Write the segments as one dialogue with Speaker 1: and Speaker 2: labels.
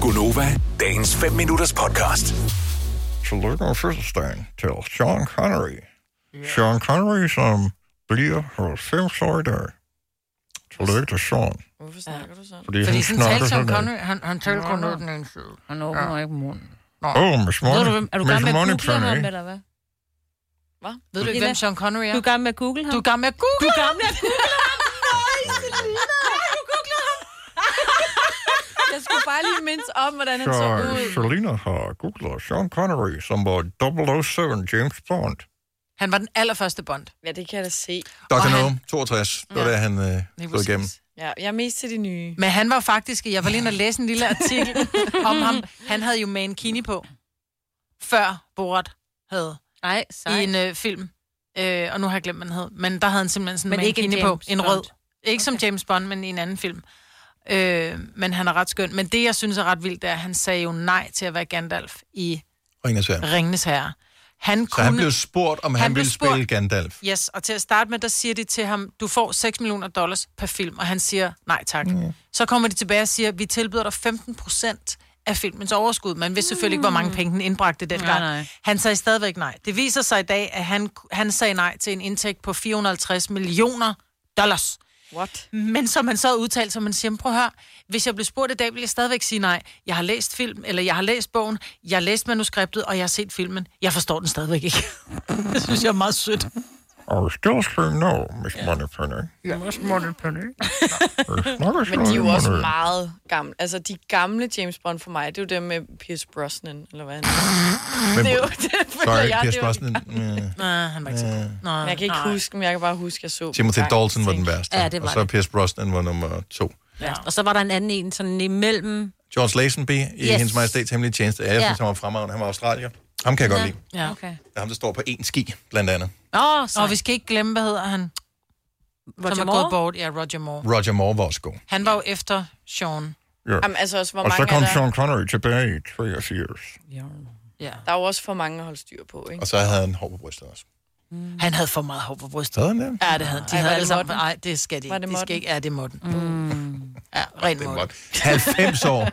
Speaker 1: Gunova, dagens 5 minutters podcast.
Speaker 2: Tillykke med fødselsdagen til Sean Connery. Sean Connery, som bliver 90 år i dag. Tillykke til Sean.
Speaker 3: Hvorfor snakker ja. du sådan?
Speaker 2: Fordi,
Speaker 4: Fordi
Speaker 2: han
Speaker 4: sådan
Speaker 2: snakker
Speaker 4: talte som
Speaker 2: sådan
Speaker 4: Connery, han, han talte kun ud den ene side.
Speaker 5: Han åbner ja. ikke munden.
Speaker 2: her. Åh, Oh, Miss
Speaker 5: Ved du,
Speaker 2: Morning.
Speaker 5: hvem- er du
Speaker 2: Miss
Speaker 5: gang med at
Speaker 2: Morning
Speaker 5: google
Speaker 2: Planet,
Speaker 5: ham,
Speaker 2: ikke?
Speaker 5: eller hvad?
Speaker 3: Hvad?
Speaker 4: Ved du ikke,
Speaker 5: Ida?
Speaker 4: hvem Sean Connery er?
Speaker 5: Du er gang med at google ham?
Speaker 4: Du er gammel med Google!
Speaker 5: er gang med at google
Speaker 3: Jeg skulle bare lige mindes om, hvordan han så
Speaker 4: oh,
Speaker 2: Så
Speaker 3: ud.
Speaker 2: Selina har googlet Sean Connery, som var 007 James Bond.
Speaker 4: Han var den allerførste Bond.
Speaker 3: Ja, det kan jeg da se.
Speaker 4: Og
Speaker 6: Dr.
Speaker 4: han-
Speaker 6: No, 62. Det var
Speaker 4: Ja.
Speaker 6: det, han øh,
Speaker 4: Lige
Speaker 6: stod igennem.
Speaker 4: præcis.
Speaker 3: Ja, jeg er mest til de nye.
Speaker 4: Men han var faktisk, jeg var lige inde og læse en lille artikel om ham. Han havde jo mankini på, før Borat havde
Speaker 5: Nej,
Speaker 4: i
Speaker 5: sej.
Speaker 4: en øh, film. Øh, og nu har jeg glemt, hvad den hed. Men der havde han simpelthen sådan en
Speaker 5: Men ikke en
Speaker 4: mankini på.
Speaker 5: James
Speaker 4: En rød.
Speaker 5: Bond.
Speaker 4: Ikke som James Bond, men i en anden film. Øh, men han er ret skøn. Men det, jeg synes er ret vildt, det er, at han sagde jo nej til at være Gandalf i
Speaker 6: Og Ingrid Sær.
Speaker 4: Ringenes Herre. Han
Speaker 6: Så
Speaker 4: kunne...
Speaker 6: han blev spurgt, om han,
Speaker 4: Øh, Han blev
Speaker 6: ville spille
Speaker 4: spurgt.
Speaker 6: Gandalf.
Speaker 4: Yes, og til at starte med, der siger de til ham, du får 6 millioner dollars per film, og han siger, nej tak. Mm. Så kommer de tilbage og siger, vi tilbyder dig 15 procent af filmens overskud. Man vidste selvfølgelig ikke, hvor mange penge den indbragte dengang.
Speaker 5: Mm. Nej, nej.
Speaker 4: Han sagde stadigvæk nej. Det viser sig i dag, at han, han sagde nej til en indtægt på 450 millioner dollars.
Speaker 3: What?
Speaker 5: Mm.
Speaker 4: Men som man så udtalte, som man siger, "Men prøv at høre, hvis jeg blev spurgt i dag, ville jeg stadigvæk sige nej. Jeg har læst film, eller jeg har læst bogen, jeg har læst manuskriptet, og jeg har set filmen. Jeg forstår den stadigvæk ikke. det synes jeg er meget sødt.
Speaker 2: Og still stream no, Miss Morning Planet.
Speaker 4: Ja.
Speaker 2: Vi snakker
Speaker 3: Men de er jo også
Speaker 2: Morning.
Speaker 3: meget gamle. Altså, de gamle James Bond for mig, det er jo dem med Pierce Brosnan, eller hvad han er.
Speaker 6: Men,
Speaker 3: Det er jo det, føler
Speaker 6: sorry,
Speaker 3: jeg.
Speaker 6: Pierce
Speaker 3: det er jo de
Speaker 6: Brosnan. øh,
Speaker 4: Nej, han var ikke så god. Nå,
Speaker 3: gamle. Jeg kan ikke
Speaker 4: nej.
Speaker 3: huske dem, jeg kan bare huske, at jeg så dem
Speaker 6: Timothy
Speaker 3: engang.
Speaker 6: Dalton var den
Speaker 3: Tænkte,
Speaker 6: værste.
Speaker 5: Ja, det var
Speaker 6: og så
Speaker 5: det.
Speaker 6: Pierce Brosnan var nummer to.
Speaker 5: Ja. Og så var der en anden en sådan imellem.
Speaker 6: George Lazenby i
Speaker 5: Yes.
Speaker 6: Hendes Majestæts Hemmelige Tjeneste. Ja, jeg
Speaker 5: Ja.
Speaker 6: synes, han var fremragende. Han var australier. Ham kan jeg godt lide.
Speaker 4: Ja.
Speaker 5: Okay.
Speaker 6: Det er ham, der står på én ski, blandt andet.
Speaker 5: Åh, oh, så
Speaker 4: Og vi skal ikke glemme, hvad hedder han, Roger som er gået bort. Ja, Roger Moore.
Speaker 6: Roger Moore var også god.
Speaker 4: Han var jo efter Sean.
Speaker 3: Jamen, altså også, hvor
Speaker 2: Og så
Speaker 3: mange
Speaker 2: kom
Speaker 3: er der?
Speaker 2: Sean Connery tilbage i 83 years.
Speaker 4: Ja.
Speaker 3: Der er jo også for mange at holde styr på, ikke?
Speaker 6: Og så havde han hår på brystet også.
Speaker 4: Han havde for meget hår på brystet.
Speaker 6: Havde han det?
Speaker 4: Ja, det havde han. De
Speaker 3: Ej,
Speaker 4: havde
Speaker 3: var det
Speaker 4: alle sammen.
Speaker 3: Morten?
Speaker 4: Nej, det skal de
Speaker 3: Var
Speaker 4: ikke.
Speaker 3: det
Speaker 4: De skal
Speaker 3: Morten?
Speaker 4: ikke. Ja, det er Morten. Mm. Ja, ren
Speaker 6: Det er
Speaker 4: Morten.
Speaker 6: godt. 90 år.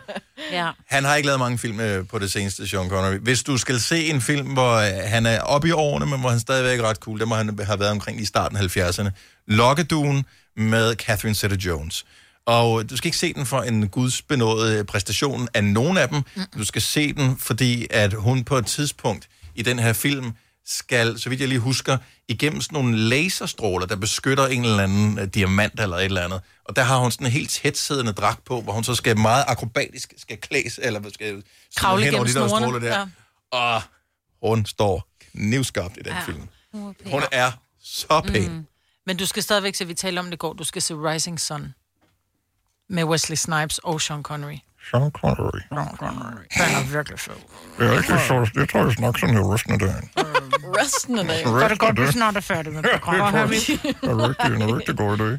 Speaker 5: Ja.
Speaker 6: Han har ikke lavet mange film øh, på det seneste, Sean Connery. Hvis du skal se en film, hvor øh, han er oppe i årene, men hvor han stadigvæk er ret cool, der må han have været omkring i starten af 70'erne. Lokkeduen med Catherine Zeta-Jones. Og du skal ikke se den for en gudsbenået øh, præstation af nogen af dem. Du skal se den, fordi at hun på et tidspunkt i den her film skal, så vidt jeg lige husker, igennem sådan nogle laserstråler, der beskytter en eller anden øh, diamant eller et eller andet. Og der har hun sådan en helt tætsiddende dragt på, hvor hun så skal meget akrobatisk skal klæs, eller hvad skal
Speaker 4: Kravle
Speaker 6: hen over de
Speaker 4: igennem
Speaker 6: der
Speaker 4: snorene,
Speaker 6: stråler der. Ja. Og hun står knivskarpt i den ja. film. Hun er så pæn. Mm.
Speaker 4: Men du skal stadigvæk se, vi talte om det i går, du skal se Rising Sun med Wesley Snipes og Sean Connery.
Speaker 2: Sean Connery.
Speaker 4: Den er virkelig fed.
Speaker 2: Det er ikke så, det tror jeg snakker sådan i resten af dagen.
Speaker 3: Resten af dagen.
Speaker 2: Så er det godt,
Speaker 4: Vi snart er færdige med
Speaker 2: Det
Speaker 4: programmet.
Speaker 2: tror jeg. Det er rigtig, en rigtig god idé.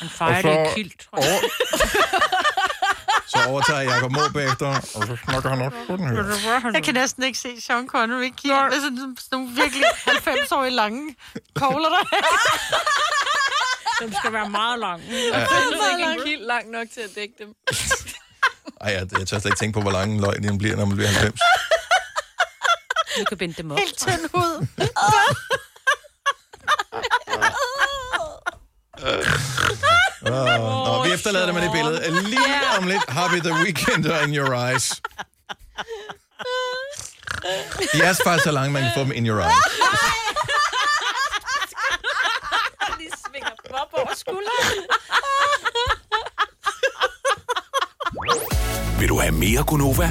Speaker 5: Han fejrer
Speaker 2: Og så-
Speaker 5: det i kilt, tror jeg.
Speaker 2: Og
Speaker 6: Så overtager Jacob Må bagefter.
Speaker 2: og så snakker han også sådan her.
Speaker 4: Jeg kan næsten ikke se Sean Connery kigge med sådan, sådan nogle virkelig 90-årige lange kogler der.
Speaker 5: Den skal være meget lang.
Speaker 3: Det er ikke en kild langt nok til at dække dem.
Speaker 6: Ej, jeg, jeg tør slet ikke tænke på, hvor lange løgn den bliver, når man bliver 90.
Speaker 5: Du kan binde dem op.
Speaker 4: Tynd hud.
Speaker 6: Nå, vi efterlader det med det billede. Lige om lidt har vi The Weekender in your eyes. De er faktisk så lange, man kan få dem in your eyes.
Speaker 5: De svinger dem op over skulderen.
Speaker 1: Vil du have mere Gunova?